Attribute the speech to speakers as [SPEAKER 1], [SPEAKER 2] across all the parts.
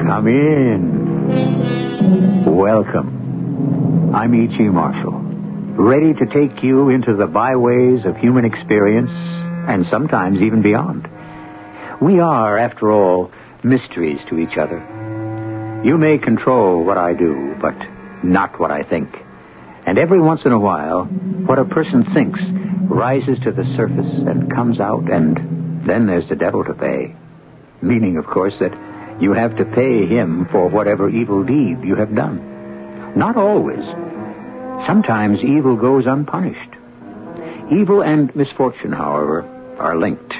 [SPEAKER 1] Come in. Welcome. I'm E.G. Marshall, ready to take you into the byways of human experience and sometimes even beyond. We are, after all, mysteries to each other. You may control what I do, but not what I think. And every once in a while, what a person thinks rises to the surface and comes out, and then there's the devil to pay. Meaning, of course, that you have to pay him for whatever evil deed you have done. Not always. Sometimes evil goes unpunished. Evil and misfortune, however, are linked,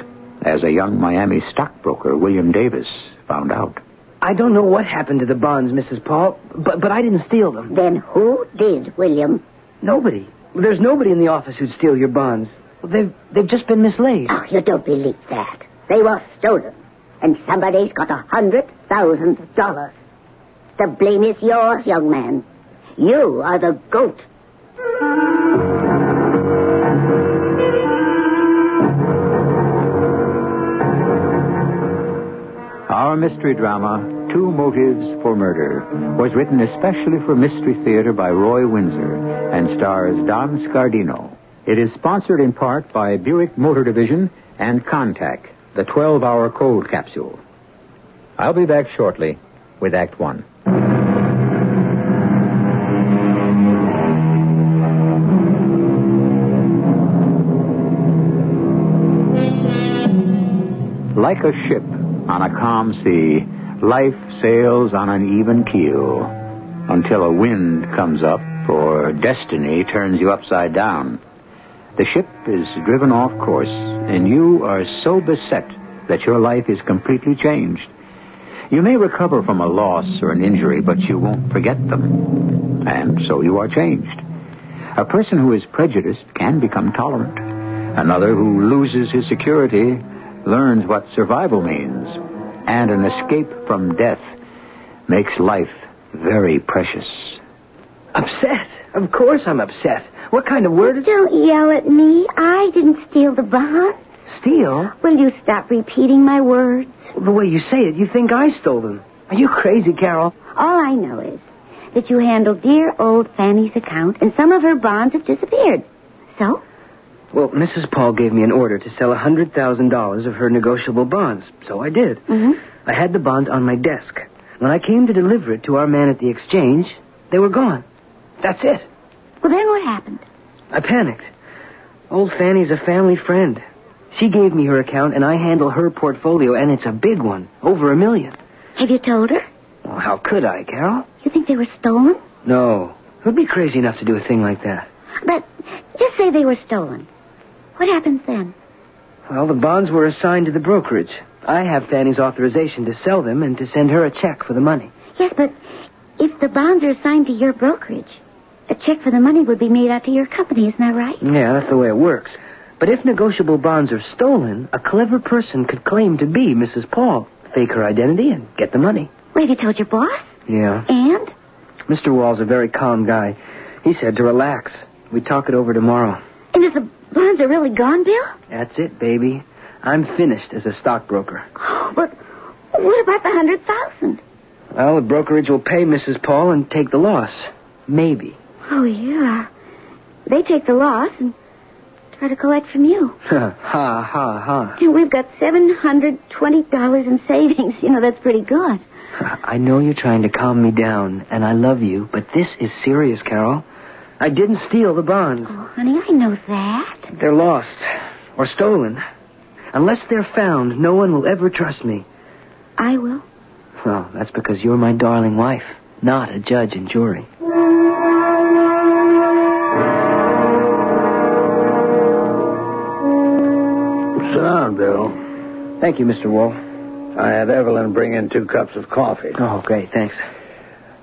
[SPEAKER 1] as a young Miami stockbroker, William Davis, found out.
[SPEAKER 2] I don't know what happened to the bonds, Mrs. Paul, but, but I didn't steal them.
[SPEAKER 3] Then who did, William?
[SPEAKER 2] Nobody. There's nobody in the office who'd steal your bonds. They've, they've just been mislaid.
[SPEAKER 3] Oh, you don't believe that. They were stolen. And somebody's got a hundred thousand dollars. The blame is yours, young man. You are the goat.
[SPEAKER 1] Our mystery drama, Two Motives for Murder, was written especially for Mystery Theater by Roy Windsor and stars Don Scardino. It is sponsored in part by Buick Motor Division and Contact, the 12 hour cold capsule. I'll be back shortly with Act One. Like a ship on a calm sea, life sails on an even keel until a wind comes up or destiny turns you upside down. The ship is driven off course, and you are so beset that your life is completely changed. You may recover from a loss or an injury, but you won't forget them. And so you are changed. A person who is prejudiced can become tolerant. Another who loses his security learns what survival means. And an escape from death makes life very precious.
[SPEAKER 2] Upset? Of course I'm upset. What kind of word is
[SPEAKER 3] Don't yell at me. I didn't steal the bond.
[SPEAKER 2] Steal?
[SPEAKER 3] Will you stop repeating my words?
[SPEAKER 2] The way you say it, you think I stole them. Are you crazy, Carol?
[SPEAKER 3] All I know is that you handled dear old Fanny's account, and some of her bonds have disappeared. So?
[SPEAKER 2] Well, Mrs. Paul gave me an order to sell a $100,000 of her negotiable bonds, so I did.
[SPEAKER 3] Mhm.
[SPEAKER 2] I had the bonds on my desk. When I came to deliver it to our man at the exchange, they were gone. That's it.
[SPEAKER 3] Well, then what happened?
[SPEAKER 2] I panicked. Old Fanny's a family friend. She gave me her account, and I handle her portfolio, and it's a big one over a million.
[SPEAKER 3] Have you told her?
[SPEAKER 2] Well, how could I, Carol?
[SPEAKER 3] You think they were stolen?
[SPEAKER 2] No. Who'd be crazy enough to do a thing like that?
[SPEAKER 3] But just say they were stolen. What happens then?
[SPEAKER 2] Well, the bonds were assigned to the brokerage. I have Fanny's authorization to sell them and to send her a check for the money.
[SPEAKER 3] Yes, but if the bonds are assigned to your brokerage, a check for the money would be made out to your company, isn't that right?
[SPEAKER 2] Yeah, that's the way it works. But if negotiable bonds are stolen, a clever person could claim to be Mrs. Paul, fake her identity, and get the money.
[SPEAKER 3] Well, have you told your boss?
[SPEAKER 2] Yeah.
[SPEAKER 3] And?
[SPEAKER 2] Mr. Wall's a very calm guy. He said to relax. We talk it over tomorrow.
[SPEAKER 3] And if the bonds are really gone, Bill?
[SPEAKER 2] That's it, baby. I'm finished as a stockbroker.
[SPEAKER 3] But what about the hundred thousand?
[SPEAKER 2] Well, the brokerage will pay Mrs. Paul and take the loss. Maybe.
[SPEAKER 3] Oh, yeah. They take the loss and try to collect from you.
[SPEAKER 2] ha, ha,
[SPEAKER 3] And we've got $720 in savings. You know, that's pretty good.
[SPEAKER 2] ha. I know you're trying to calm me down, and I love you, but this is serious, Carol. I didn't steal the bonds.
[SPEAKER 3] Oh, honey, I know that.
[SPEAKER 2] They're lost or stolen. Unless they're found, no one will ever trust me.
[SPEAKER 3] I will.
[SPEAKER 2] Well, that's because you're my darling wife, not a judge and jury.
[SPEAKER 4] Sit down, Bill.
[SPEAKER 2] Thank you, Mr. Wall.
[SPEAKER 4] I had Evelyn bring in two cups of coffee.
[SPEAKER 2] Oh, great, thanks.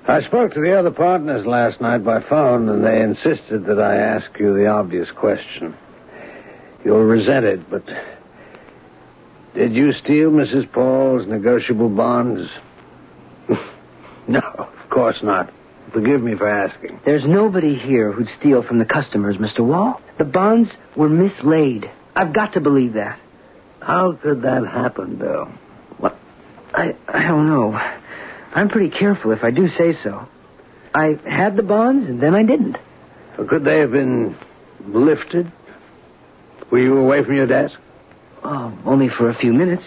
[SPEAKER 4] I spoke to the other partners last night by phone, and they insisted that I ask you the obvious question. You'll resent it, but did you steal Mrs. Paul's negotiable bonds? no, of course not. Forgive me for asking.
[SPEAKER 2] There's nobody here who'd steal from the customers, Mr. Wall. The bonds were mislaid. I've got to believe that.
[SPEAKER 4] How could that happen, Bill? What?
[SPEAKER 2] I, I don't know. I'm pretty careful if I do say so. I had the bonds, and then I didn't.
[SPEAKER 4] Or could they have been lifted? Were you away from your desk?
[SPEAKER 2] Oh, only for a few minutes.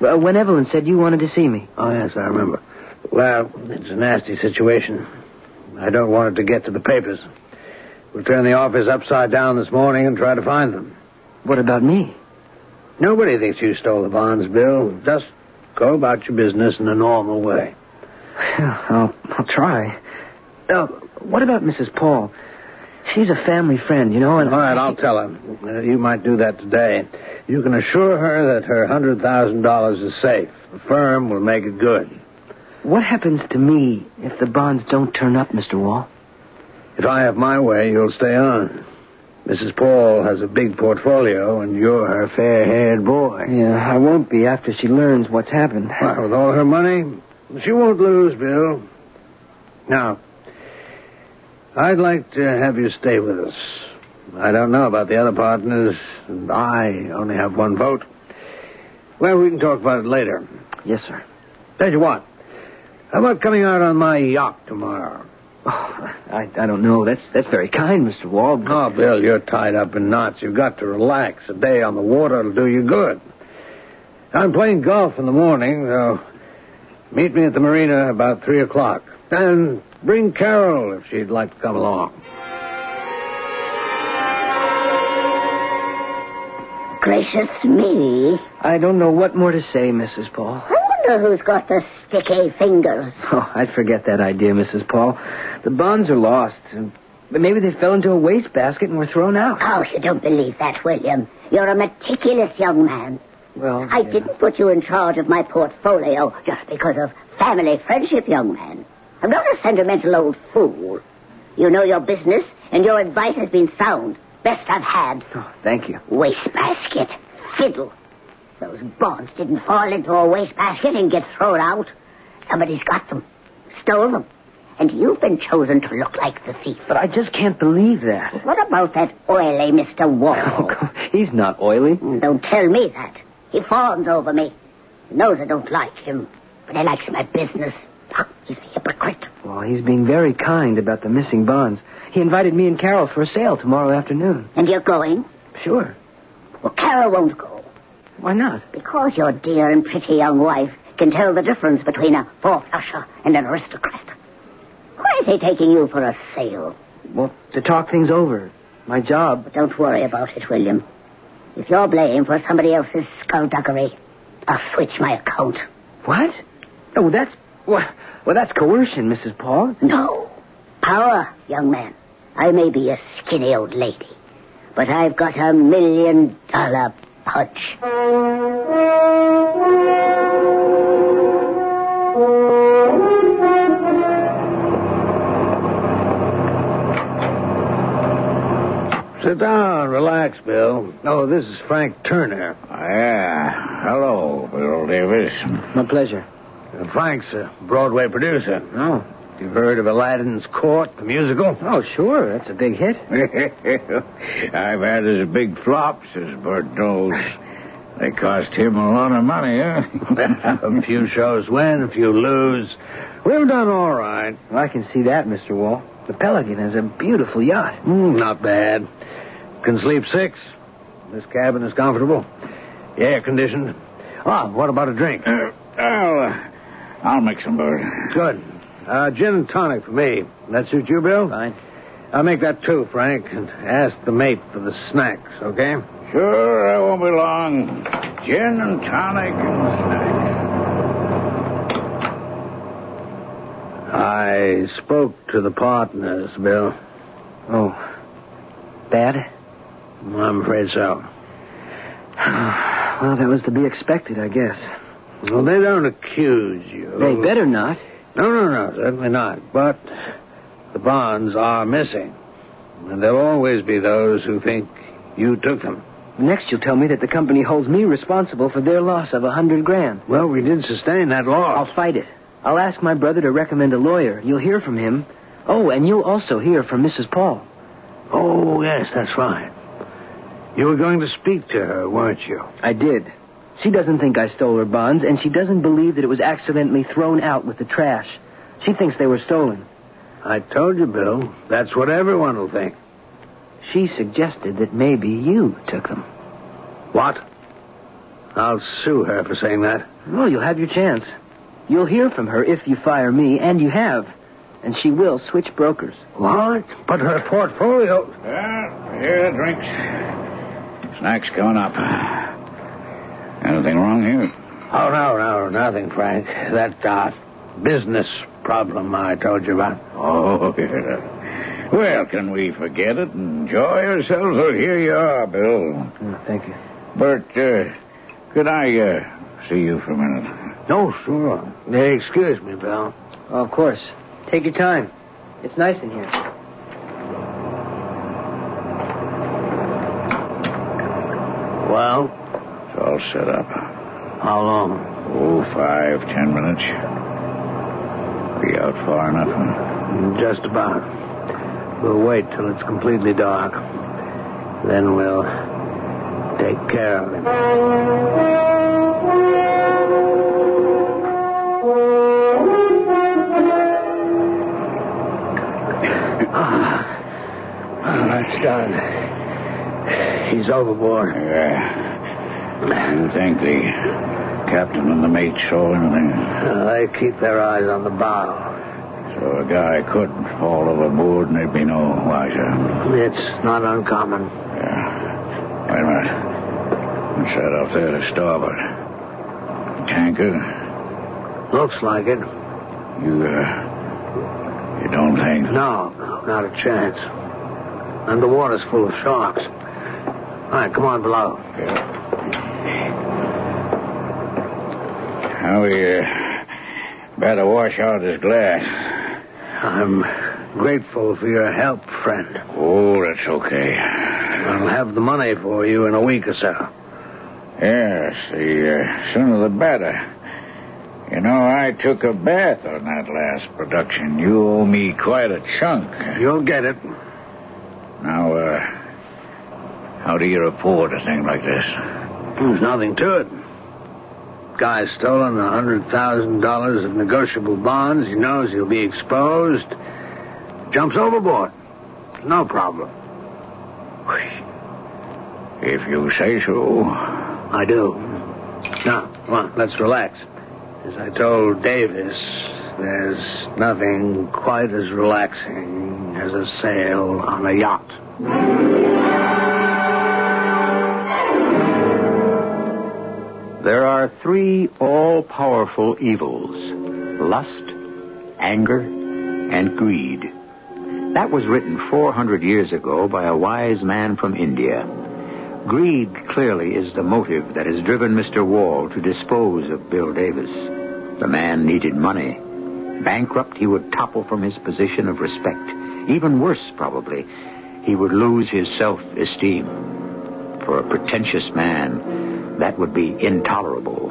[SPEAKER 2] Uh, when Evelyn said you wanted to see me.
[SPEAKER 4] Oh, yes, I remember. Well, it's a nasty situation. I don't want it to get to the papers. We'll turn the office upside down this morning and try to find them.
[SPEAKER 2] What about me?
[SPEAKER 4] Nobody thinks you stole the bonds, Bill. Just go about your business in a normal way.
[SPEAKER 2] I'll, I'll try. Uh, what about Mrs. Paul? She's a family friend, you know, and
[SPEAKER 4] All right, I'll tell her. Uh, You might do that today. You can assure her that her $100,000 is safe. The firm will make it good.
[SPEAKER 2] What happens to me if the bonds don't turn up, Mr. Wall?
[SPEAKER 4] If I have my way, you'll stay on. Mrs. Paul has a big portfolio, and you're her fair haired boy.
[SPEAKER 2] Yeah, I won't be after she learns what's happened.
[SPEAKER 4] Why, with all her money, she won't lose, Bill. Now, I'd like to have you stay with us. I don't know about the other partners, and I only have one vote. Well, we can talk about it later.
[SPEAKER 2] Yes, sir.
[SPEAKER 4] Tell you what, how about coming out on my yacht tomorrow?
[SPEAKER 2] Oh, I, I don't know. That's that's very kind, Mr. Wall. but-
[SPEAKER 4] Oh, Bill, you're tied up in knots. You've got to relax. A day on the water will do you good. I'm playing golf in the morning, so meet me at the marina about 3 o'clock. And bring Carol if she'd like to come along.
[SPEAKER 3] Gracious me.
[SPEAKER 2] I don't know what more to say, Mrs. Paul.
[SPEAKER 3] I wonder who's got the sticky fingers.
[SPEAKER 2] Oh, I'd forget that idea, Mrs. Paul. The bonds are lost. and- But maybe they fell into a wastebasket and were thrown out.
[SPEAKER 3] Oh, you don't believe that, William. You're a meticulous young man.
[SPEAKER 2] Well,
[SPEAKER 3] I didn't put you in charge of my portfolio just because of family friendship, young man. I'm not a sentimental old fool. You know your business, and your advice has been sound. Best I've had.
[SPEAKER 2] Oh, thank you.
[SPEAKER 3] Wastebasket. Fiddle. Those bonds didn't fall into a wastebasket and get thrown out. Somebody's got them, stole them, and you've been chosen to look like the thief.
[SPEAKER 2] But I just can't believe that.
[SPEAKER 3] What about that oily Mr.
[SPEAKER 2] Oh,
[SPEAKER 3] Wall? Mm,
[SPEAKER 2] come- he's not oily.
[SPEAKER 3] Don't tell me that. He fawns over me. He knows I don't like him, but he likes my business. Ah, He's a hypocrite.
[SPEAKER 2] Well, he's being very kind about the missing bonds. He invited me and Carol for a sail tomorrow afternoon.
[SPEAKER 3] And you're going?
[SPEAKER 2] Sure.
[SPEAKER 3] Well, Carol won't go.
[SPEAKER 2] Why not?
[SPEAKER 3] Because your dear and pretty young wife can tell the difference between a four-flusher and an aristocrat. Why is he taking you for a sail?
[SPEAKER 2] Well, to talk things over. My job.
[SPEAKER 3] But don't worry about it, William. If you're blamed for somebody else's skullduggery, I'll switch my account.
[SPEAKER 2] What? Oh, that's. Well, well, that's coercion, Mrs. Paul.
[SPEAKER 3] No. Power, young man. I may be a skinny old lady, but I've got a million dollar punch.
[SPEAKER 4] Sit down, relax, Bill. Oh, this is Frank Turner.
[SPEAKER 2] Oh,
[SPEAKER 1] Yeah. Hello, Bill Davis.
[SPEAKER 2] My pleasure.
[SPEAKER 4] Uh, Frank's a Broadway producer.
[SPEAKER 2] Oh.
[SPEAKER 4] You've heard of Aladdin's Court, the musical?
[SPEAKER 2] Oh, sure. That's a big hit.
[SPEAKER 1] I've had as big flops as Bert knows. They cost him a lot of money, huh?
[SPEAKER 4] a few shows win, a few lose. We've done all right.
[SPEAKER 2] Well, I can see that, Mr. Wall. The Pelican is a beautiful yacht.
[SPEAKER 4] Mm, not bad. Can sleep six. This cabin is comfortable. Air conditioned. Ah, what about a drink?
[SPEAKER 1] Uh, I'll, uh, I'll mix them, Bert.
[SPEAKER 4] Good. Uh, gin and tonic for me. That suit you, Bill?
[SPEAKER 2] Fine.
[SPEAKER 4] I'll make that two, Frank, and ask the mate for the snacks, okay?
[SPEAKER 1] Sure, I won't be long. Gin and tonic and
[SPEAKER 4] I spoke to the partners, Bill.
[SPEAKER 2] Oh. Bad?
[SPEAKER 4] I'm afraid so.
[SPEAKER 2] well, that was to be expected, I guess.
[SPEAKER 4] Well, they don't accuse you. Oh.
[SPEAKER 2] They better not.
[SPEAKER 4] No, no, no, certainly not. But the bonds are missing. And there'll always be those who think you took them.
[SPEAKER 2] Next, you'll tell me that the company holds me responsible for their loss of a hundred grand.
[SPEAKER 4] Well, we did sustain that loss.
[SPEAKER 2] I'll fight it. I'll ask my brother to recommend a lawyer. You'll hear from him. Oh, and you'll also hear from Mrs. Paul.
[SPEAKER 4] Oh, yes, that's right. You were going to speak to her, weren't you?
[SPEAKER 2] I did. She doesn't think I stole her bonds, and she doesn't believe that it was accidentally thrown out with the trash. She thinks they were stolen.
[SPEAKER 4] I told you, Bill. That's what everyone will think.
[SPEAKER 2] She suggested that maybe you took them.
[SPEAKER 4] What? I'll sue her for saying that.
[SPEAKER 2] Well, you'll have your chance. You'll hear from her if you fire me, and you have. And she will switch brokers.
[SPEAKER 4] What? But her portfolio.
[SPEAKER 5] Yeah, here, drinks. Snacks coming up. Anything wrong here?
[SPEAKER 4] Oh, no, no, nothing, Frank. That uh, business problem I told you about.
[SPEAKER 5] Oh, yeah. Well, can we forget it and enjoy ourselves? Well, here you are, Bill.
[SPEAKER 2] thank you.
[SPEAKER 5] But, uh, could I, uh, see you for a minute?
[SPEAKER 4] No, sure. Hey, excuse me, Bill.
[SPEAKER 2] of course. Take your time. It's nice in here.
[SPEAKER 4] Well,
[SPEAKER 5] It's all set up.
[SPEAKER 4] how long?
[SPEAKER 5] Oh, five, ten minutes. Be out far enough.
[SPEAKER 4] Just about. We'll wait till it's completely dark. Then we'll take care of him. Ah, that's done. He's overboard.
[SPEAKER 5] Yeah. You think the captain and the mate saw anything?
[SPEAKER 4] Uh, they keep their eyes on the bow.
[SPEAKER 5] So a guy could fall overboard and there'd be no wiser.
[SPEAKER 4] It's not uncommon.
[SPEAKER 5] Yeah. Wait a minute. What's that up there to starboard? Tanker?
[SPEAKER 4] Looks like it.
[SPEAKER 5] You, uh, you don't think?
[SPEAKER 4] No, no, not a chance. And the water's full of sharks. All right, come on below.
[SPEAKER 5] Now we uh, better wash out this glass.
[SPEAKER 4] I'm grateful for your help, friend.
[SPEAKER 5] Oh, that's okay.
[SPEAKER 4] I'll have the money for you in a week or so.
[SPEAKER 5] Yes, the uh, sooner the better. You know, I took a bath on that last production. You owe me quite a chunk.
[SPEAKER 4] You'll get it.
[SPEAKER 5] Now, uh, how do you report a thing like this?
[SPEAKER 4] There's nothing to it. Guy's stolen a hundred thousand dollars of negotiable bonds. He knows he'll be exposed. Jumps overboard. No problem.
[SPEAKER 5] If you say so.
[SPEAKER 4] I do. Now, come on, let's relax. As I told Davis, there's nothing quite as relaxing as a sail on a yacht.
[SPEAKER 1] There are three all powerful evils lust, anger, and greed. That was written 400 years ago by a wise man from India. Greed clearly is the motive that has driven Mr. Wall to dispose of Bill Davis. The man needed money. Bankrupt, he would topple from his position of respect. Even worse, probably, he would lose his self esteem. For a pretentious man, that would be intolerable.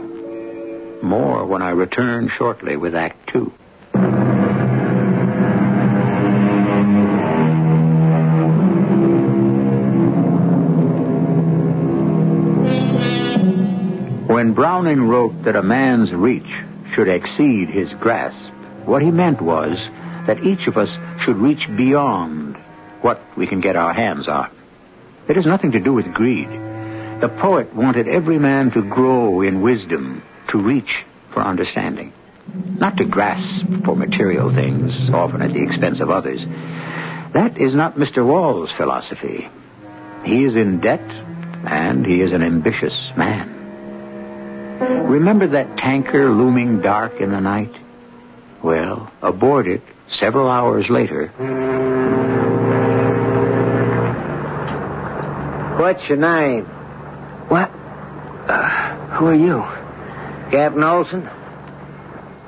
[SPEAKER 1] More when I return shortly with Act Two. When Browning wrote that a man's reach should exceed his grasp, what he meant was that each of us should reach beyond what we can get our hands on. It has nothing to do with greed. The poet wanted every man to grow in wisdom, to reach for understanding, not to grasp for material things, often at the expense of others. That is not Mr. Wall's philosophy. He is in debt, and he is an ambitious man. Remember that tanker looming dark in the night? Well, aboard it, several hours later,
[SPEAKER 4] What's your name?
[SPEAKER 2] What? Uh, who are you?
[SPEAKER 4] Captain Olson?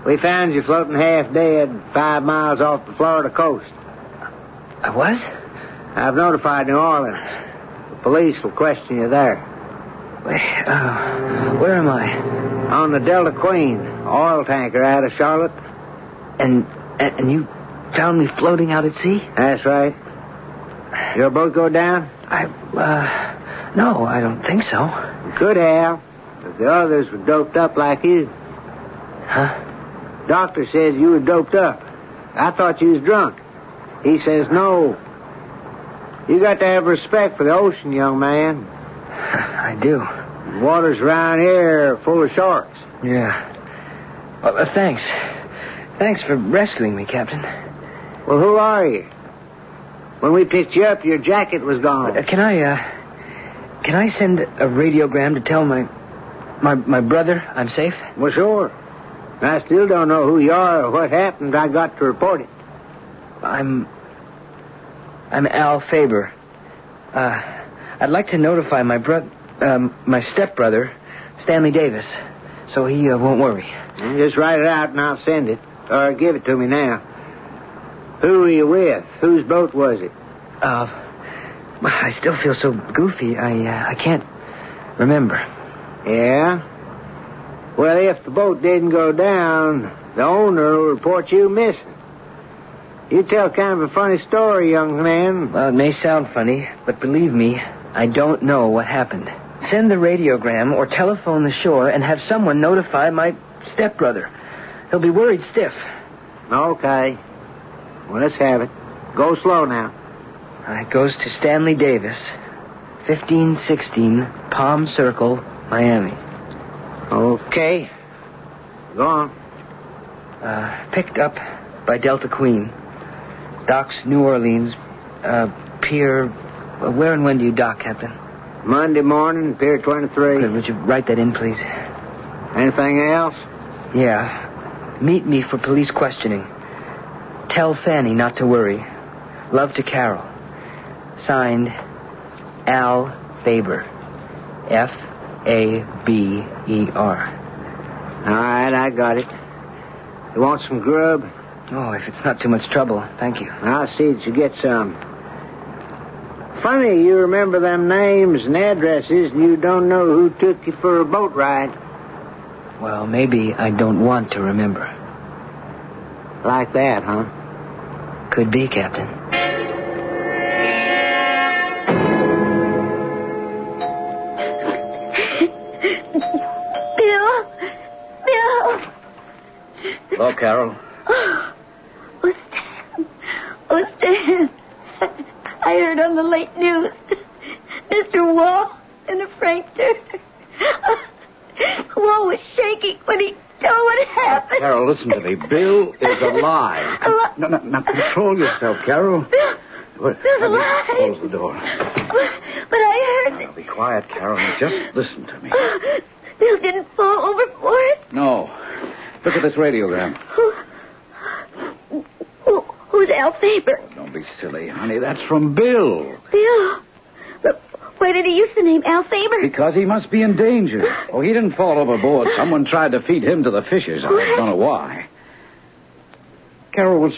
[SPEAKER 4] We found you floating half dead five miles off the Florida coast.
[SPEAKER 2] I was?
[SPEAKER 4] I've notified New Orleans. The police will question you there.
[SPEAKER 2] Wait, uh, where am I?
[SPEAKER 4] On the Delta Queen, oil tanker eh? out of Charlotte.
[SPEAKER 2] And, and and you found me floating out at sea?
[SPEAKER 4] That's right. Your boat go down?
[SPEAKER 2] I uh no, I don't think so.
[SPEAKER 4] You could have, if the others were doped up like you.
[SPEAKER 2] Huh?
[SPEAKER 4] Doctor says you were doped up. I thought you was drunk. He says no. You got to have respect for the ocean, young man.
[SPEAKER 2] I do.
[SPEAKER 4] The waters around here are full of sharks.
[SPEAKER 2] Yeah. Well, uh, thanks. Thanks for rescuing me, Captain. Uh,
[SPEAKER 4] Well, who are you? When we picked you up, your jacket was gone.
[SPEAKER 2] Uh, can I uh can I send a radiogram to tell my my my brother I'm safe?
[SPEAKER 4] Well, sure. I still don't know who you are or what happened. I got to report it.
[SPEAKER 2] I'm I'm Al Faber. Uh, I'd like to notify my bro- um, my stepbrother, Stanley Davis, so he uh, won't worry.
[SPEAKER 4] You Just write it out and I'll send it. Or give it to me now. Who were you with? Whose boat was it?
[SPEAKER 2] Uh, I still feel so goofy. I uh, I can't remember.
[SPEAKER 4] Yeah? Well, if the boat didn't go down, the owner will report you missing. You tell kind of a funny story, young man.
[SPEAKER 2] Well, it may sound funny, but believe me, I don't know what happened. Send the radiogram or telephone the shore and have someone notify my stepbrother. He'll be worried stiff.
[SPEAKER 4] Okay. Well, let's have it. Go slow now.
[SPEAKER 2] Uh, It goes to Stanley Davis, 1516 Palm Circle, Miami.
[SPEAKER 4] Okay. Go on.
[SPEAKER 2] Uh, picked up by Delta Queen. Docks New Orleans, uh, Pier. uh, Where and when do you dock, Captain?
[SPEAKER 4] Monday morning, Pier 23.
[SPEAKER 2] Good, would you write that in, please?
[SPEAKER 4] Anything else?
[SPEAKER 2] Yeah. Meet me for police questioning. Tell Fanny not to worry. Love to Carol. Signed, Al Faber. F A B E R.
[SPEAKER 4] All right, I got it. You want some grub?
[SPEAKER 2] Oh, if it's not too much trouble, thank you.
[SPEAKER 4] I'll see that you get some. Funny, you remember them names and addresses, and you don't know who took you for a boat ride.
[SPEAKER 2] Well, maybe I don't want to remember.
[SPEAKER 4] Like that, huh?
[SPEAKER 2] Could be, Captain.
[SPEAKER 3] Bill? Bill?
[SPEAKER 4] Hello, Carol.
[SPEAKER 3] Oh, Stan. Oh, Stan. I heard on the late news. Mr. Wall and the Frankter. Wall was shaking when he told what happened.
[SPEAKER 1] Carol, listen to me. Bill is alive.
[SPEAKER 3] A li-
[SPEAKER 1] No, no, no. Control yourself, Carol.
[SPEAKER 3] Bill,
[SPEAKER 1] What-
[SPEAKER 3] Bill's
[SPEAKER 1] let me
[SPEAKER 3] alive.
[SPEAKER 1] Close the door.
[SPEAKER 3] But I heard
[SPEAKER 1] Now, be quiet, Carol. and Just listen to me.
[SPEAKER 3] that Bill didn't fall overboard.
[SPEAKER 1] No. Look at this radiogram.
[SPEAKER 3] Who, who, who's Al Faber?
[SPEAKER 1] Don't be silly, honey. That's from Bill.
[SPEAKER 3] Bill. But why did he use the name Al Faber?
[SPEAKER 1] Because he must be in danger. Oh, he didn't fall overboard. Someone tried to feed him to the fishes. I don't know why. Carol, was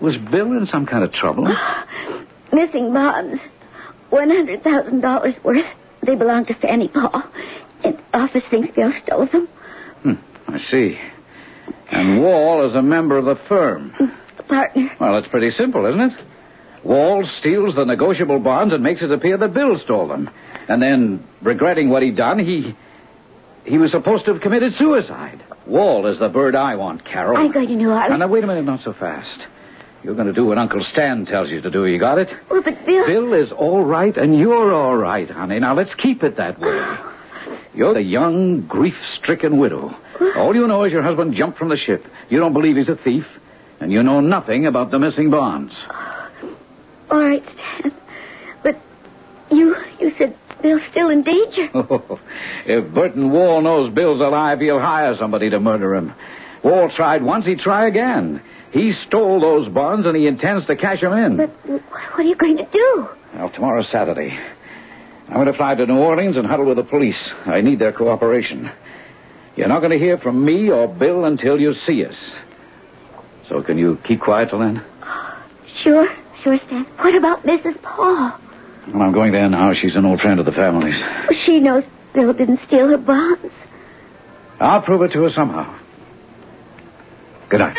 [SPEAKER 1] was Bill in some kind of trouble?
[SPEAKER 3] Missing bonds. One hundred thousand dollars worth. They belong to Fanny Paul. And office thinks Bill stole them.
[SPEAKER 1] Hmm, I see. And Wall is a member of the firm.
[SPEAKER 3] A partner.
[SPEAKER 1] Well, it's pretty simple, isn't it? Wall steals the negotiable bonds and makes it appear that Bill stole them. And then, regretting what he'd done, he. He was supposed to have committed suicide. Wall is the bird I want, Carol.
[SPEAKER 3] I'm going to New
[SPEAKER 1] Now,
[SPEAKER 3] Orleans.
[SPEAKER 1] now, wait a minute, not so fast. You're going to do what Uncle Stan tells you to do. You got it?
[SPEAKER 3] Oh, but Bill.
[SPEAKER 1] Bill is all right, and you're all right, honey. Now, let's keep it that way. You're the young, grief stricken widow. All you know is your husband jumped from the ship. You don't believe he's a thief, and you know nothing about the missing bonds.
[SPEAKER 3] All right, Stan. But you you said Bill's still in danger.
[SPEAKER 1] if Burton Wall knows Bill's alive, he'll hire somebody to murder him. Wall tried once, he'd try again. He stole those bonds, and he intends to cash them in.
[SPEAKER 3] But w- what are you going to do?
[SPEAKER 1] Well, tomorrow's Saturday. I'm going to fly to New Orleans and huddle with the police. I need their cooperation.
[SPEAKER 5] You're not going to hear from me or Bill until you see us. So can you keep quiet till then?
[SPEAKER 3] Sure, sure, Stan. What about Mrs. Paul?
[SPEAKER 5] Well, I'm going there now. She's an old friend of the family's.
[SPEAKER 3] She knows Bill didn't steal her bonds.
[SPEAKER 5] I'll prove it to her somehow. Good night.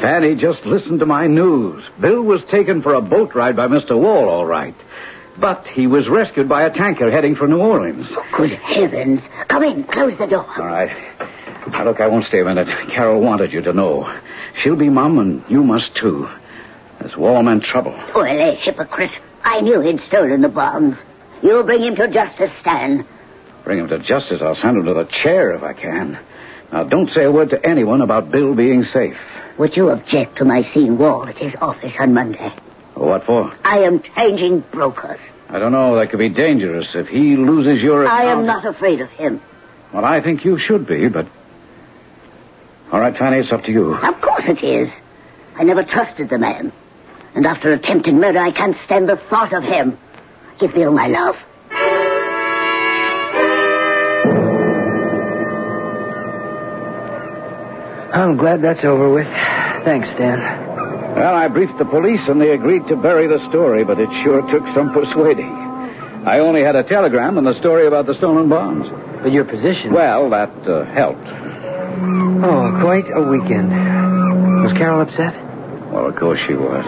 [SPEAKER 5] Fanny, just listen to my news. Bill was taken for a boat ride by Mr. Wall, all right. But he was rescued by a tanker heading for New Orleans.
[SPEAKER 3] Oh, Good heavens. Come in. Close the door.
[SPEAKER 5] All right. Now, look, I won't stay a minute. Carol wanted you to know. She'll be mum, and you must too. This Wall meant trouble.
[SPEAKER 3] Oily hypocrite. I knew he'd stolen the bonds. You'll bring him to justice, Stan.
[SPEAKER 5] Bring him to justice. I'll send him to the chair if I can. Now, don't say a word to anyone about Bill being safe.
[SPEAKER 3] Would you object to my seeing Wall at his office on Monday?
[SPEAKER 5] What for?
[SPEAKER 3] I am changing brokers.
[SPEAKER 5] I don't know. That could be dangerous if he loses your account.
[SPEAKER 3] I am not afraid of him.
[SPEAKER 5] Well, I think you should be, but. All right, Fanny, it's up to you.
[SPEAKER 3] Of course it is. I never trusted the man. And after attempted murder, I can't stand the thought of him. Give Bill my love.
[SPEAKER 2] I'm glad that's over with. Thanks, Stan.
[SPEAKER 5] Well, I briefed the police and they agreed to bury the story, but it sure took some persuading. I only had a telegram and the story about the stolen bonds.
[SPEAKER 2] But your position.
[SPEAKER 5] Well, that uh, helped.
[SPEAKER 2] Oh, quite a weekend. Was Carol upset?
[SPEAKER 5] Well, of course she was.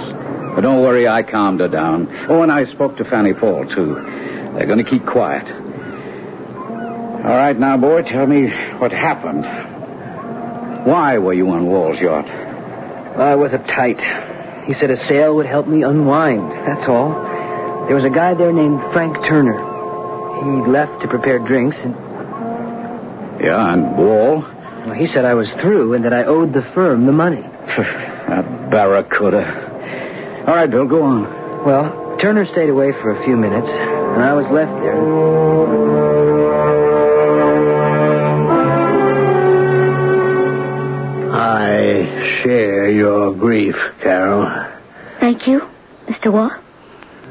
[SPEAKER 5] But don't worry, I calmed her down. Oh, and I spoke to Fanny Paul, too. They're going to keep quiet. All right, now, boy, tell me what happened. Why were you on Wall's yacht?
[SPEAKER 2] I was uptight. He said a sail would help me unwind, that's all. There was a guy there named Frank Turner. He left to prepare drinks, and
[SPEAKER 5] Yeah, and Wall?
[SPEAKER 2] well, he said I was through and that I owed the firm the money.
[SPEAKER 5] that barracuda. All right, Bill, go on.
[SPEAKER 2] Well, Turner stayed away for a few minutes, and I was left there.
[SPEAKER 4] I share your grief, Carol.
[SPEAKER 3] Thank you, Mr. Wall.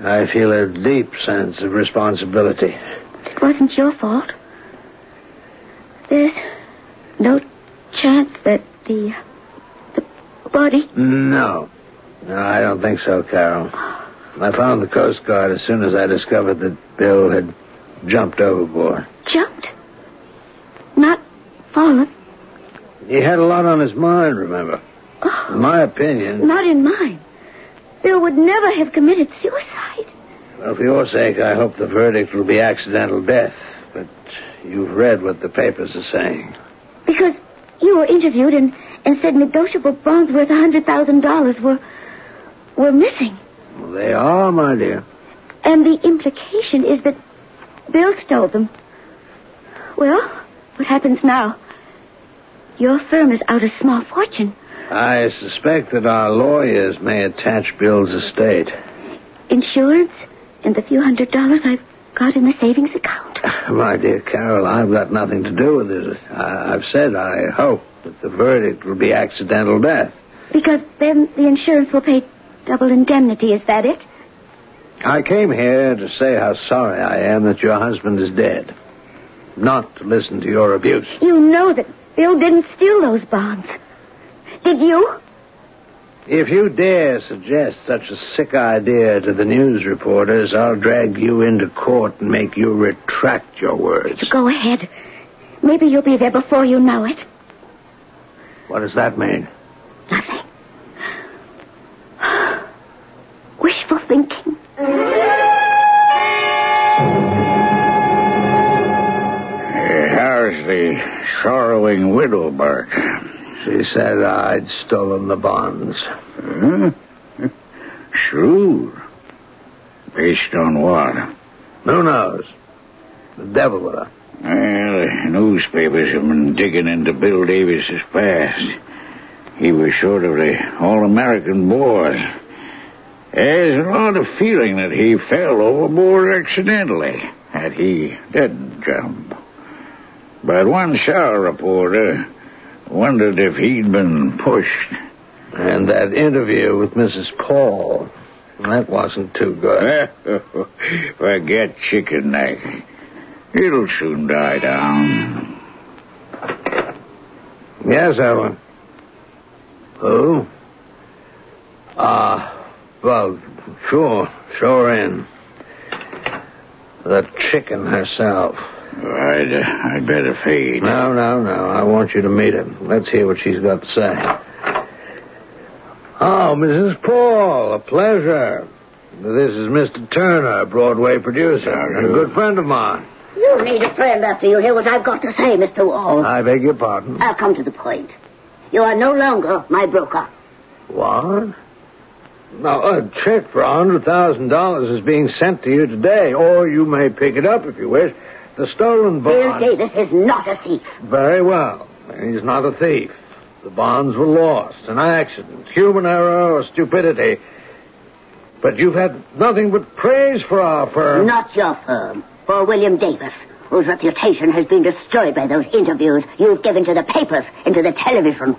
[SPEAKER 4] I feel a deep sense of responsibility.
[SPEAKER 3] It wasn't your fault. There's no chance that the, the body.
[SPEAKER 4] No. No, I don't think so, Carol. I found the Coast Guard as soon as I discovered that Bill had jumped overboard.
[SPEAKER 3] jumped. Not fallen.
[SPEAKER 4] He had a lot on his mind, remember. In my opinion,
[SPEAKER 3] Oh, Not in mine. Bill would never have committed suicide.
[SPEAKER 4] well, for your sake, I hope the verdict will be accidental death. But you've read what the papers are saying.
[SPEAKER 3] Because you were interviewed and, and said negotiable bonds worth a $100,000 were, were missing.
[SPEAKER 4] Well, they are, my dear.
[SPEAKER 3] And the implication is that Bill stole them. Well, what happens now? Your firm is out a small fortune.
[SPEAKER 4] I suspect that our lawyers may attach Bill's estate.
[SPEAKER 3] Insurance and the few hundred dollars I've got in the savings account.
[SPEAKER 4] My dear Carol, I've got nothing to do with it. I, I've said I hope that the verdict will be accidental death.
[SPEAKER 3] Because then the insurance will pay double indemnity, is that it?
[SPEAKER 4] I came here to say how sorry I am that your husband is dead, not to listen to your abuse.
[SPEAKER 3] You know that Bill didn't steal those bonds. Did you?
[SPEAKER 4] If you dare suggest such a sick idea to the news reporters, I'll drag you into court and make you retract your words.
[SPEAKER 3] Go ahead. Maybe you'll be there before you know it.
[SPEAKER 4] What does that mean?
[SPEAKER 3] Nothing. Wishful thinking.
[SPEAKER 5] How's the sorrowing widow, Bart?
[SPEAKER 4] She said I'd stolen the bonds. Hmm?
[SPEAKER 5] Huh? Sure. Based on what?
[SPEAKER 4] Who knows? The devil with her.
[SPEAKER 5] Well, the newspapers have been digging into Bill Davis's past. He was sort of the all-American boy. There's a lot of feeling that he fell overboard accidentally, that he didn't jump. But one shower reporter wondered if he'd been pushed.
[SPEAKER 4] And that interview with Mrs. Paul. That wasn't too good.
[SPEAKER 5] Forget chicken neck. It'll soon die down.
[SPEAKER 4] Yes, Owen. Who? Ah, well, sure, sure in. The chicken herself.
[SPEAKER 5] I'd, uh, I'd better fade.
[SPEAKER 4] No, no, no. I want you to meet him. Let's hear what she's got to say. Oh, Mrs. Paul, a pleasure. This is Mr. Turner, a Broadway producer, and a good friend of mine.
[SPEAKER 3] You need a friend after you hear what I've got to say, Mr. Wall.
[SPEAKER 4] I beg your pardon.
[SPEAKER 3] I'll come to the point. You are no longer my broker.
[SPEAKER 4] What? Now, a check for a hundred thousand dollars is being sent to you today, or you may pick it up if you wish. The stolen
[SPEAKER 3] Bill
[SPEAKER 4] bond.
[SPEAKER 3] Davis is not a thief.
[SPEAKER 4] Very well. He's not a thief. The bonds were lost, an accident, human error or stupidity. But you've had nothing but praise for our firm.
[SPEAKER 3] Not your firm. For William Davis, whose reputation has been destroyed by those interviews you've given to the papers and to the television.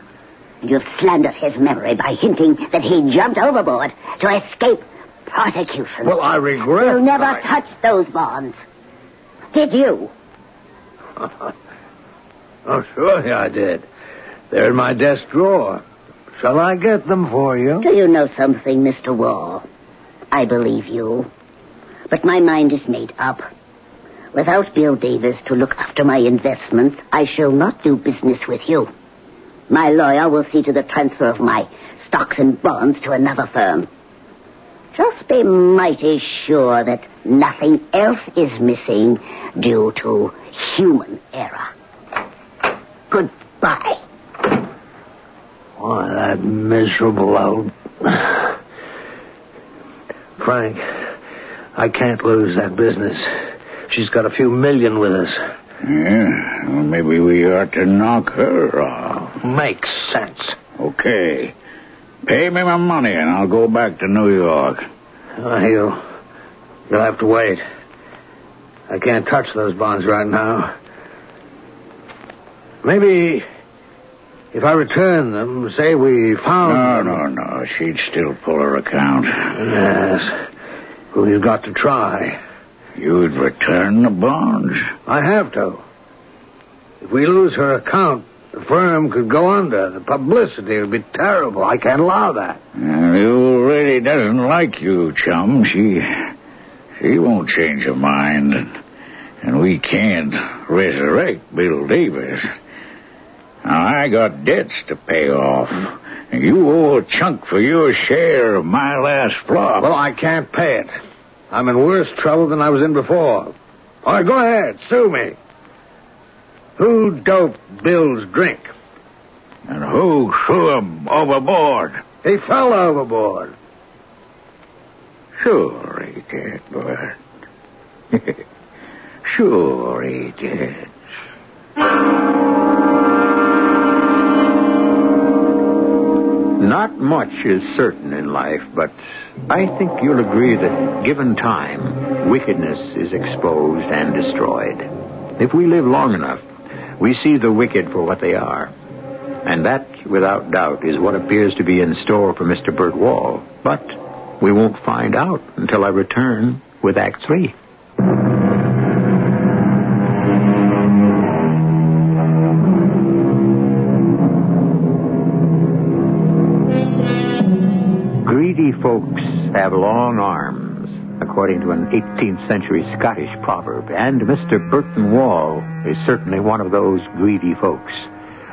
[SPEAKER 3] And you've slandered his memory by hinting that he jumped overboard to escape prosecution.
[SPEAKER 4] Well, I regret.
[SPEAKER 3] you never
[SPEAKER 4] that.
[SPEAKER 3] touched those bonds. Did you?
[SPEAKER 4] Oh, surely I did. They're in my desk drawer. Shall I get them for you?
[SPEAKER 3] Do you know something, Mr. Wall? I believe you. But my mind is made up. Without Bill Davis to look after my investments, I shall not do business with you. My lawyer will see to the transfer of my stocks and bonds to another firm. Just be mighty sure that nothing else is missing due to human error. Goodbye.
[SPEAKER 4] Why, that miserable old. Frank, I can't lose that business. She's got a few million with us.
[SPEAKER 5] Yeah, well, maybe we ought to knock her off.
[SPEAKER 4] Makes sense.
[SPEAKER 5] Okay. Pay me my money and I'll go back to New York.
[SPEAKER 4] Uh, you'll, you'll have to wait. I can't touch those bonds right now. Maybe if I return them, say we
[SPEAKER 5] No,
[SPEAKER 4] found.
[SPEAKER 5] no, no. She'd still pull her account.
[SPEAKER 4] Yes. Well, you've got to try.
[SPEAKER 5] You'd return the bonds.
[SPEAKER 4] I have to. If we lose her account, the firm could go under. The publicity would be terrible. I can't allow that.
[SPEAKER 5] Uh, you really doesn't like you, chum. She, she won't change her mind, and, and we can't resurrect Bill Davis. Now, I got debts to pay off, and you owe a chunk for your share of my last flop.
[SPEAKER 4] Well, I can't pay it. I'm in worse trouble than I was in before. All right, go ahead. Sue me. Who doped Bill's drink?
[SPEAKER 5] and who threw him overboard?
[SPEAKER 4] He fell overboard.
[SPEAKER 5] Sure he did, Bert. sure he did.
[SPEAKER 1] Not much is certain in life, but I think you'll agree that given time, wickedness is exposed and destroyed. If we live long enough, we see the wicked for what they are. And that, without doubt, is what appears to be in store for Mr. Burt Wall. But we won't find out until I return with Act Three. Greedy folks have long arms, according to an 18th century Scottish proverb, and Mr. Burton Wall is certainly one of those greedy folks.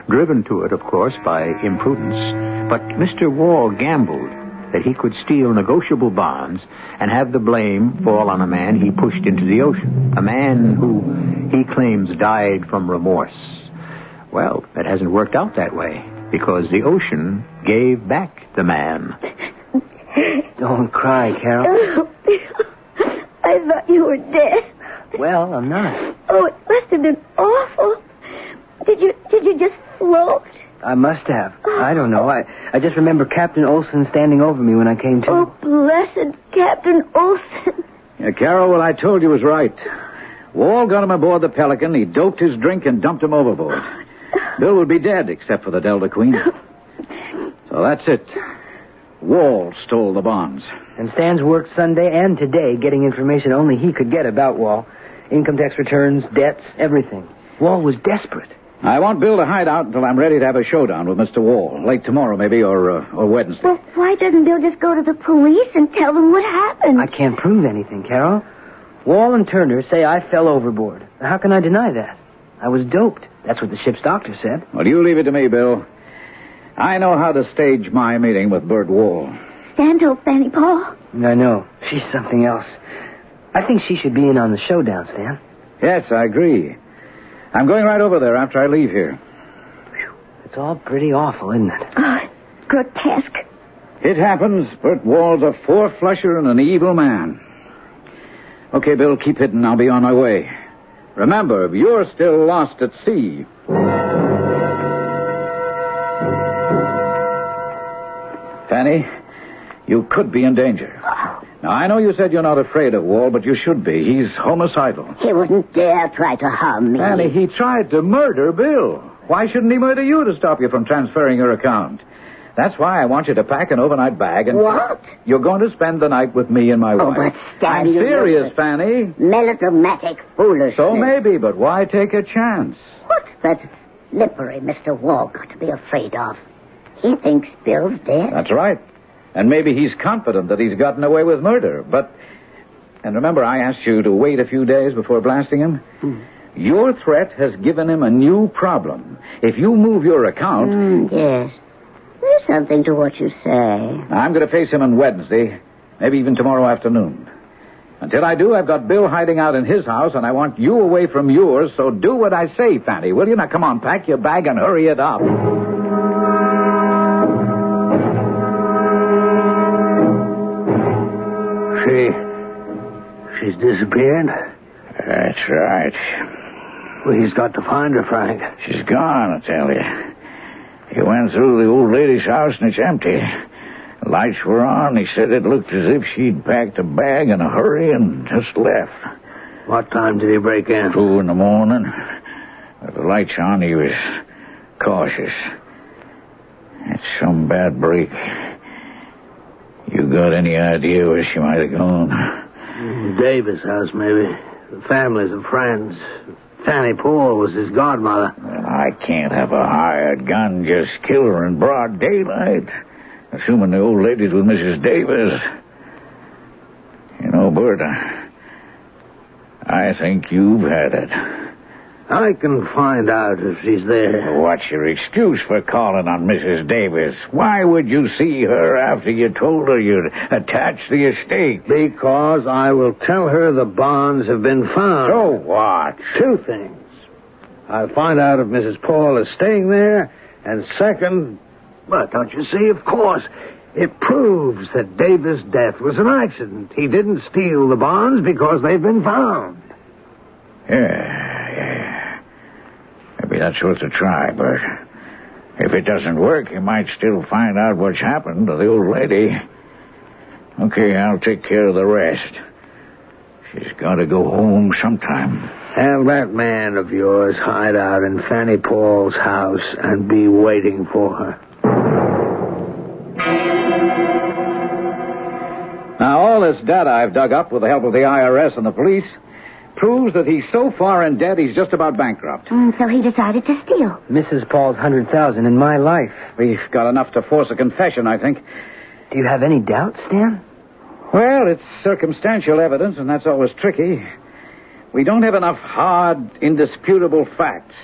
[SPEAKER 1] Driven to it, of course, by imprudence. But Mr. Wall gambled that he could steal negotiable bonds and have the blame fall on a man he pushed into the ocean, a man who he claims died from remorse. Well, it hasn't worked out that way because the ocean gave back the man.
[SPEAKER 2] Don't cry, Carol.
[SPEAKER 6] I thought you were dead.
[SPEAKER 2] Well, I'm not.
[SPEAKER 6] Oh, it must have been awful. Did you did you just float?
[SPEAKER 2] I must have. I don't know. I, I just remember Captain Olson standing over me when I came to.
[SPEAKER 6] Oh, blessed Captain Olson.
[SPEAKER 1] Uh,
[SPEAKER 5] Yeah, Carol, what I told you was right. Wall got him aboard the Pelican. He doped his drink and dumped him overboard. Bill will be dead, except for the Delta Queen. So that's it.
[SPEAKER 1] Wall stole the bonds.
[SPEAKER 2] And Stans worked Sunday and today getting information only he could get about Wall. Income tax returns, debts, everything. Wall was desperate.
[SPEAKER 1] I want Bill to hide out until I'm ready to have a showdown with Mr. Wall. Late tomorrow, maybe, or, uh, or Wednesday.
[SPEAKER 6] Well, why doesn't Bill just go to the police and tell them what happened?
[SPEAKER 2] I can't prove anything, Carol. Wall and Turner say I fell overboard. How can I deny that? I was doped. That's what the ship's doctor said.
[SPEAKER 1] Well, you leave it to me, Bill. I know how to stage my meeting with Bert Wall.
[SPEAKER 6] Stanhope, Fanny Paul.
[SPEAKER 2] I know. She's something else. I think she should be in on the showdown, Stan.
[SPEAKER 1] Yes, I agree. I'm going right over there after I leave here.
[SPEAKER 2] It's all pretty awful, isn't it?
[SPEAKER 6] Oh, grotesque.
[SPEAKER 1] It happens. Bert Wall's a four flusher and an evil man. Okay, Bill, keep hidden. I'll be on my way. Remember, you're still lost at sea. Fanny, you could be in danger. Now, I know you said you're not afraid of Wall, but you should be. He's homicidal.
[SPEAKER 3] He wouldn't dare try to harm me.
[SPEAKER 1] Fanny, he tried to murder Bill. Why shouldn't he murder you to stop you from transferring your account? That's why I want you to pack an overnight bag and.
[SPEAKER 3] What?
[SPEAKER 1] You're going to spend the night with me and my
[SPEAKER 3] Oh,
[SPEAKER 1] wife.
[SPEAKER 3] but Stan,
[SPEAKER 1] I'm
[SPEAKER 3] you
[SPEAKER 1] serious,
[SPEAKER 3] look-
[SPEAKER 1] Fanny.
[SPEAKER 3] Melodramatic foolishness.
[SPEAKER 1] So maybe, but why take a chance?
[SPEAKER 3] What's that slippery Mr. Wall got to be afraid of? He thinks Bill's dead.
[SPEAKER 1] That's right. And maybe he's confident that he's gotten away with murder. But. And remember, I asked you to wait a few days before blasting him? Your threat has given him a new problem. If you move your account,
[SPEAKER 3] Hmm, yes. There's something to what you say.
[SPEAKER 1] I'm going to face him on Wednesday, maybe even tomorrow afternoon. Until I do, I've got Bill hiding out in his house, and I want you away from yours, so do what I say, Fanny, will you? Now, come on, pack your bag and hurry it up.
[SPEAKER 4] She. She's disappeared? That's right. Well, he's got to find her, Frank. She's gone, I tell you. He went through the old lady's house and it's empty. Lights were on. He said it looked as if she'd packed a bag in a hurry and just left. What time did he break in? Two in the morning. With the lights on, he was cautious. That's some bad break. You got any idea where she might have gone? Davis house, maybe. Families and friends. Fanny Paul was his godmother. Well, I can't have a hired gun just kill her in broad daylight. Assuming the old lady's with Mrs. Davis. You know, Berta, I think you've had it. I can find out if she's there. What's your excuse for calling on Mrs. Davis? Why would you see her after you told her you'd attach the estate? Because I will tell her the bonds have been found. So what? Two things. I'll find out if Mrs. Paul is staying there, and second, but don't you see, of course, it proves that Davis' death was an accident. He didn't steal the bonds because they've been found. Yeah, yeah. Maybe that's worth a try, but if it doesn't work, you might still find out what's happened to the old lady. Okay, I'll take care of the rest. She's got to go home sometime. Have that man of yours hide out in Fanny Paul's house and be waiting for her.
[SPEAKER 1] Now, all this data I've dug up with the help of the IRS and the police proves that he's so far in debt he's just about bankrupt.
[SPEAKER 6] And so he decided to steal.
[SPEAKER 2] Mrs. Paul's hundred thousand in my life.
[SPEAKER 1] We've got enough to force a confession, I think.
[SPEAKER 2] Do you have any doubts, Stan?
[SPEAKER 1] Well, it's circumstantial evidence, and that's always tricky. We don't have enough hard, indisputable facts.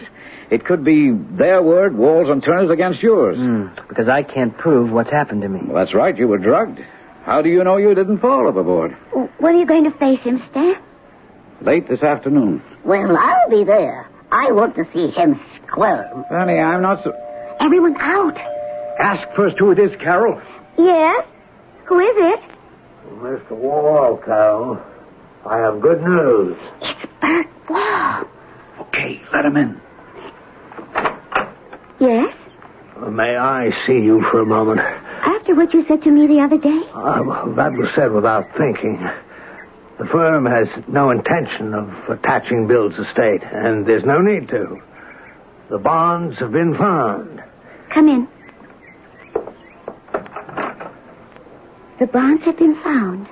[SPEAKER 1] It could be their word, Walls and Turner's against yours.
[SPEAKER 2] Hmm. Because I can't prove what's happened to me.
[SPEAKER 1] Well, that's right. You were drugged. How do you know you didn't fall overboard?
[SPEAKER 6] W- When are you going to face him, Stan?
[SPEAKER 1] Late this afternoon.
[SPEAKER 3] Well, I'll be there. I want to see him squirm.
[SPEAKER 1] Fanny, I'm not so.
[SPEAKER 6] Everyone's out.
[SPEAKER 1] Ask first who it is, Carol.
[SPEAKER 6] Yes? Who is it?
[SPEAKER 4] Mr. Wall, Carol, I have good news.
[SPEAKER 6] It's Bert Wall.
[SPEAKER 1] Okay, let him in.
[SPEAKER 6] Yes?
[SPEAKER 4] May I see you for a moment?
[SPEAKER 6] After what you said to me the other day?
[SPEAKER 4] Uh, well, that was said without thinking. The firm has no intention of attaching Bill's estate, and there's no need to. The bonds have been found.
[SPEAKER 6] Come in. The bonds have been found.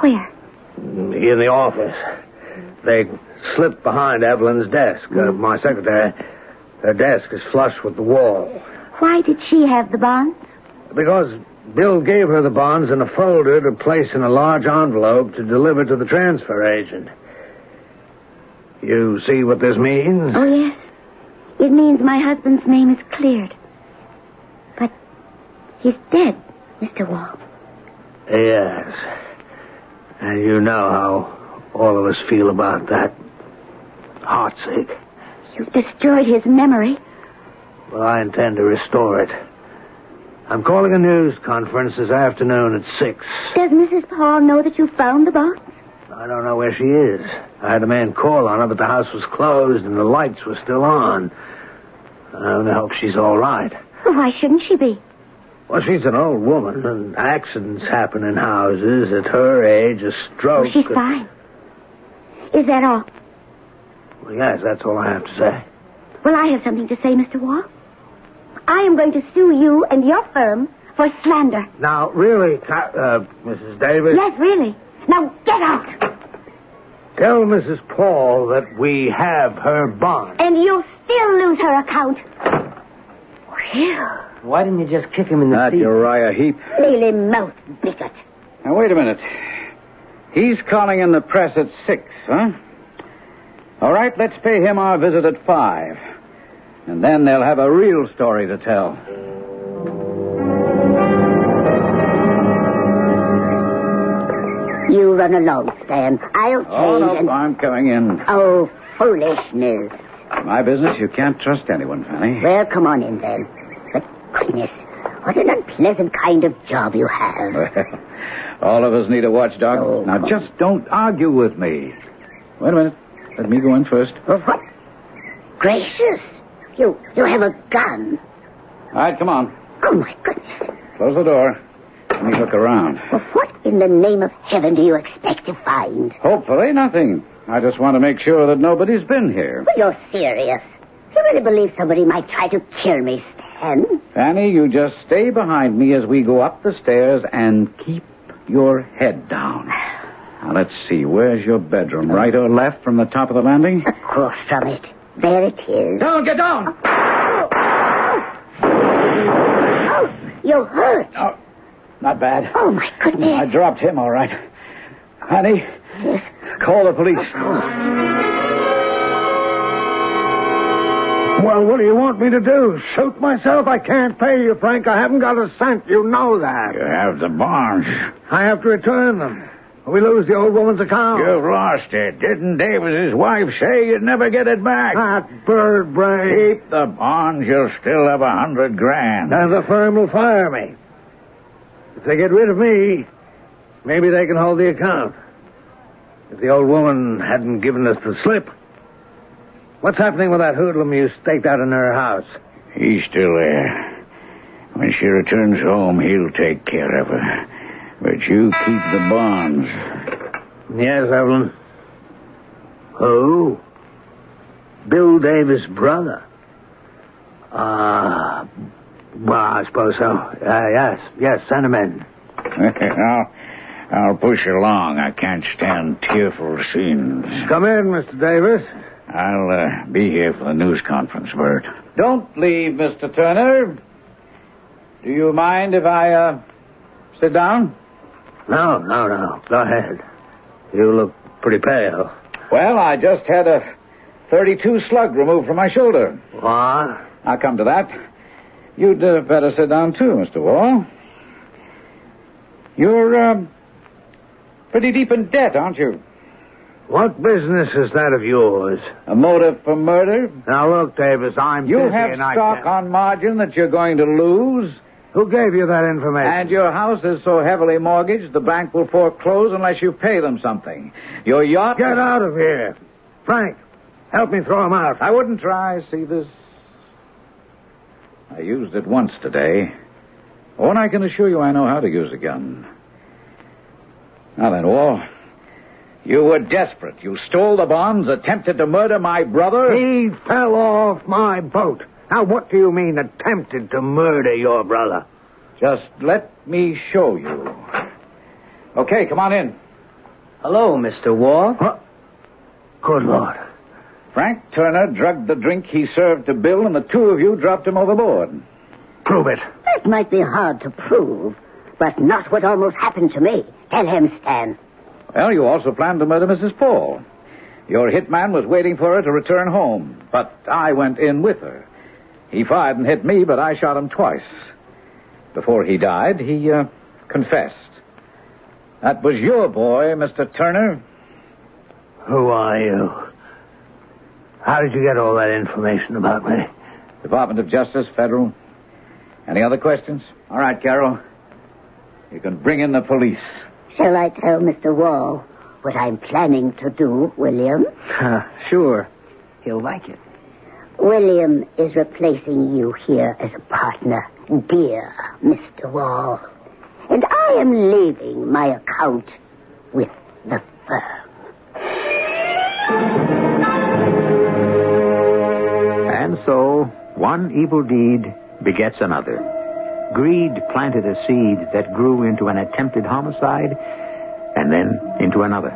[SPEAKER 6] Where?
[SPEAKER 4] In the office. They slipped behind Evelyn's desk, uh, my secretary. Her desk is flush with the wall.
[SPEAKER 6] Why did she have the bonds?
[SPEAKER 4] Because Bill gave her the bonds in a folder to place in a large envelope to deliver to the transfer agent. You see what this means?
[SPEAKER 6] Oh, yes. It means my husband's name is cleared. But he's dead, Mr. Wall.
[SPEAKER 4] Yes. And you know how all of us feel about that. Heartsick.
[SPEAKER 6] You've destroyed his memory.
[SPEAKER 4] Well, I intend to restore it. I'm calling a news conference this afternoon at six.
[SPEAKER 6] Does Mrs. Paul know that you found the bonds?
[SPEAKER 4] I don't know where she is. I had a man call on her, but the house was closed and the lights were still on. I hope she's all right.
[SPEAKER 6] Well, why shouldn't she be?
[SPEAKER 4] Well, she's an old woman, and accidents happen in houses at her age, a stroke.
[SPEAKER 6] Oh, she's fine. Is that all?
[SPEAKER 4] Well, yes, that's all I have to say.
[SPEAKER 6] Well, I have something to say, Mr. Wall. I am going to sue you and your firm for slander.
[SPEAKER 4] Now, really, uh, Mrs. Davis.
[SPEAKER 6] Yes, really. Now get out.
[SPEAKER 4] Tell Mrs. Paul that we have her bond.
[SPEAKER 6] And you'll still lose her account. Phew.
[SPEAKER 2] Why didn't you just kick him in the
[SPEAKER 5] Not
[SPEAKER 2] teeth?
[SPEAKER 5] Uriah Heep.
[SPEAKER 3] Mealy mouthed bigot.
[SPEAKER 5] Now, wait a minute. He's calling in the press at six, huh? All right, let's pay him our visit at five. And then they'll have a real story to tell.
[SPEAKER 3] You run along, Stan. I'll change
[SPEAKER 5] Oh,
[SPEAKER 3] and...
[SPEAKER 5] no, I'm coming in.
[SPEAKER 3] Oh, foolishness.
[SPEAKER 5] My business, you can't trust anyone, Fanny.
[SPEAKER 3] Well, come on in then. But goodness, what an unpleasant kind of job you have.
[SPEAKER 5] Well, all of us need a watchdog.
[SPEAKER 3] Oh,
[SPEAKER 5] now,
[SPEAKER 3] come
[SPEAKER 5] just don't argue with me. Wait a minute. Let me go in first.
[SPEAKER 3] Well, what? Gracious. You you have a gun.
[SPEAKER 5] All right, come on.
[SPEAKER 3] Oh, my goodness.
[SPEAKER 5] Close the door. Let me look around.
[SPEAKER 3] Well, what in the name of heaven do you expect to find?
[SPEAKER 5] Hopefully, nothing. I just want to make sure that nobody's been here.
[SPEAKER 3] Well, you're serious. You really believe somebody might try to kill me, Stan?
[SPEAKER 5] Fanny, you just stay behind me as we go up the stairs and keep your head down. Now, let's see. Where's your bedroom? Right or left from the top of the landing?
[SPEAKER 3] Across from it. There it is.
[SPEAKER 5] Down, get down!
[SPEAKER 3] Oh, you hurt.
[SPEAKER 5] Oh, not bad.
[SPEAKER 3] Oh, my goodness.
[SPEAKER 5] I dropped him, all right. Honey, call the police.
[SPEAKER 4] Well, what do you want me to do? Shoot myself? I can't pay you, Frank. I haven't got a cent. You know that.
[SPEAKER 5] You have the bonds.
[SPEAKER 4] I have to return them. Or we lose the old woman's account.
[SPEAKER 5] You've lost it. Didn't Davis's wife say you'd never get it back?
[SPEAKER 4] That bird brain.
[SPEAKER 5] Keep the bonds. You'll still have a hundred grand.
[SPEAKER 4] Now the firm will fire me. If they get rid of me, maybe they can hold the account. If the old woman hadn't given us the slip. What's happening with that hoodlum you staked out in her house?
[SPEAKER 5] He's still there. uh, When she returns home, he'll take care of her. But you keep the bonds.
[SPEAKER 4] Yes, Evelyn. Who? Bill Davis' brother. Ah, well, I suppose so. Uh, yes, yes, send him in.
[SPEAKER 5] I'll, I'll push along. I can't stand tearful scenes.
[SPEAKER 4] Come in, Mr. Davis.
[SPEAKER 5] I'll uh, be here for the news conference, Bert. Don't leave, Mr. Turner. Do you mind if I uh, sit down?
[SPEAKER 4] No, no, no. Go ahead. You look pretty pale.
[SPEAKER 5] Well, I just had a 32 slug removed from my shoulder.
[SPEAKER 4] What?
[SPEAKER 5] I'll come to that. You'd uh, better sit down too, Mr. Wall. You're um, pretty deep in debt, aren't you?
[SPEAKER 4] What business is that of yours?
[SPEAKER 5] A motive for murder?
[SPEAKER 4] Now look, Davis, I'm
[SPEAKER 5] You
[SPEAKER 4] busy
[SPEAKER 5] have
[SPEAKER 4] and I
[SPEAKER 5] stock
[SPEAKER 4] can't-
[SPEAKER 5] on margin that you're going to lose.
[SPEAKER 4] Who gave you that information?
[SPEAKER 5] And your house is so heavily mortgaged, the bank will foreclose unless you pay them something. Your yacht.
[SPEAKER 4] Get out of here, Frank. Help me throw him out.
[SPEAKER 5] I wouldn't try. See this. I used it once today. Oh, and I can assure you I know how to use a gun. Now then, Wall. You were desperate. You stole the bonds, attempted to murder my brother.
[SPEAKER 4] He fell off my boat. Now, what do you mean attempted to murder your brother?
[SPEAKER 5] Just let me show you.
[SPEAKER 7] Okay, come on in.
[SPEAKER 2] Hello, Mr. Wall.
[SPEAKER 8] Good Lord.
[SPEAKER 7] Frank Turner drugged the drink he served to Bill, and the two of you dropped him overboard.
[SPEAKER 8] Prove it.
[SPEAKER 3] That might be hard to prove, but not what almost happened to me. Tell him, Stan.
[SPEAKER 7] Well, you also planned to murder Mrs. Paul. Your hitman was waiting for her to return home, but I went in with her. He fired and hit me, but I shot him twice. Before he died, he uh, confessed. That was your boy, Mr. Turner.
[SPEAKER 8] Who are you? How did you get all that information about me?
[SPEAKER 7] Department of Justice, Federal. Any other questions? All right, Carol. You can bring in the police.
[SPEAKER 3] Shall I tell Mr. Wall what I'm planning to do, William?
[SPEAKER 2] sure. He'll like it.
[SPEAKER 3] William is replacing you here as a partner, dear Mr. Wall. And I am leaving my account with the firm.
[SPEAKER 1] And so, one evil deed begets another. Greed planted a seed that grew into an attempted homicide and then into another.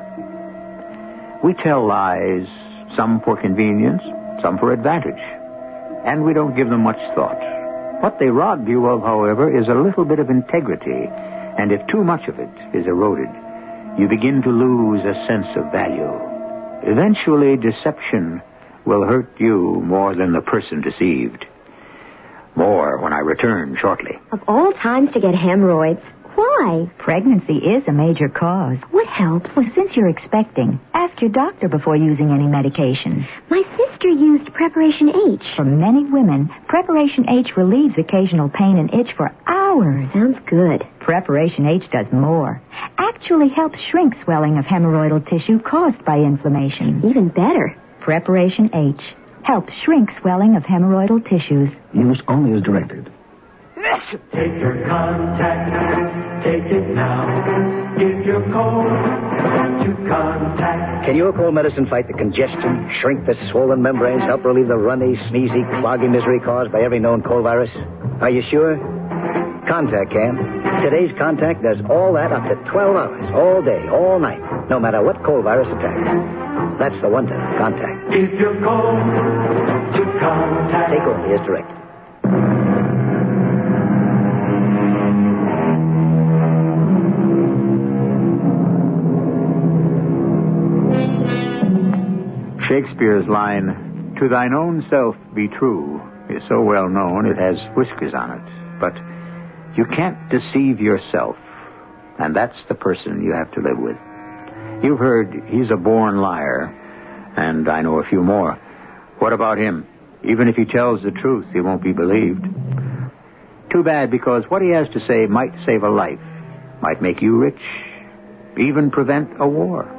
[SPEAKER 1] We tell lies, some for convenience, some for advantage, and we don't give them much thought. What they rob you of, however, is a little bit of integrity, and if too much of it is eroded, you begin to lose a sense of value. Eventually, deception will hurt you more than the person deceived. More when I return shortly.
[SPEAKER 9] Of all times to get hemorrhoids. Why?
[SPEAKER 10] Pregnancy is a major cause.
[SPEAKER 9] What helps?
[SPEAKER 10] Well, since you're expecting, ask your doctor before using any medication.
[SPEAKER 9] My sister used Preparation H.
[SPEAKER 10] For many women, Preparation H relieves occasional pain and itch for hours.
[SPEAKER 9] Sounds good.
[SPEAKER 10] Preparation H does more. Actually helps shrink swelling of hemorrhoidal tissue caused by inflammation.
[SPEAKER 9] Even better.
[SPEAKER 10] Preparation H helps shrink swelling of hemorrhoidal tissues.
[SPEAKER 11] Use only as directed.
[SPEAKER 12] Take your contact. Take it now. Give your code to contact.
[SPEAKER 2] Can your cold medicine fight the congestion, shrink the swollen membranes, help relieve the runny, sneezy, cloggy misery caused by every known cold virus? Are you sure? Contact can. Today's contact does all that up to 12 hours, all day, all night, no matter what cold virus attacks. That's the wonder of contact.
[SPEAKER 12] Give your code to contact.
[SPEAKER 2] Take only as directed.
[SPEAKER 1] Shakespeare's line, To thine own self be true, is so well known it has whiskers on it. But you can't deceive yourself, and that's the person you have to live with. You've heard he's a born liar, and I know a few more. What about him? Even if he tells the truth, he won't be believed. Too bad, because what he has to say might save a life, might make you rich, even prevent a war.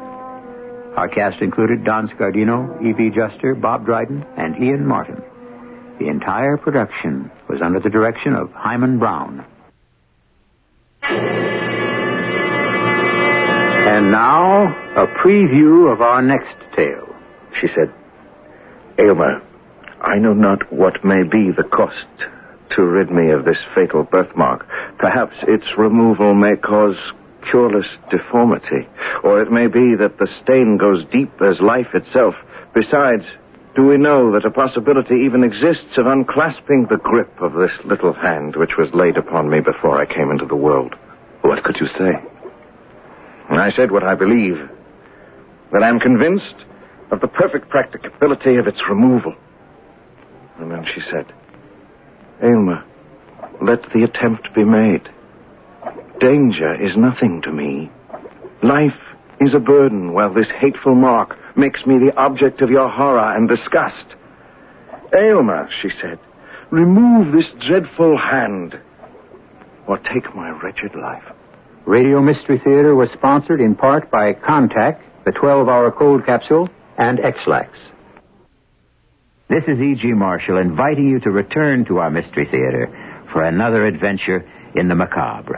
[SPEAKER 1] Our cast included Don Scardino, E.B. Juster, Bob Dryden, and Ian Martin. The entire production was under the direction of Hyman Brown. And now, a preview of our next tale.
[SPEAKER 4] She said, Aylmer, I know not what may be the cost to rid me of this fatal birthmark. Perhaps its removal may cause cureless deformity, or it may be that the stain goes deep as life itself. Besides, do we know that a possibility even exists of unclasping the grip of this little hand which was laid upon me before I came into the world? What could you say? And I said what I believe, that I am convinced of the perfect practicability of its removal. And then she said, Aylmer, let the attempt be made. Danger is nothing to me. Life is a burden while this hateful mark makes me the object of your horror and disgust. Aylmer, she said, remove this dreadful hand or take my wretched life.
[SPEAKER 1] Radio Mystery Theater was sponsored in part by Contact, the 12 hour cold capsule, and X-Lax. This is E.G. Marshall inviting you to return to our Mystery Theater for another adventure in the macabre.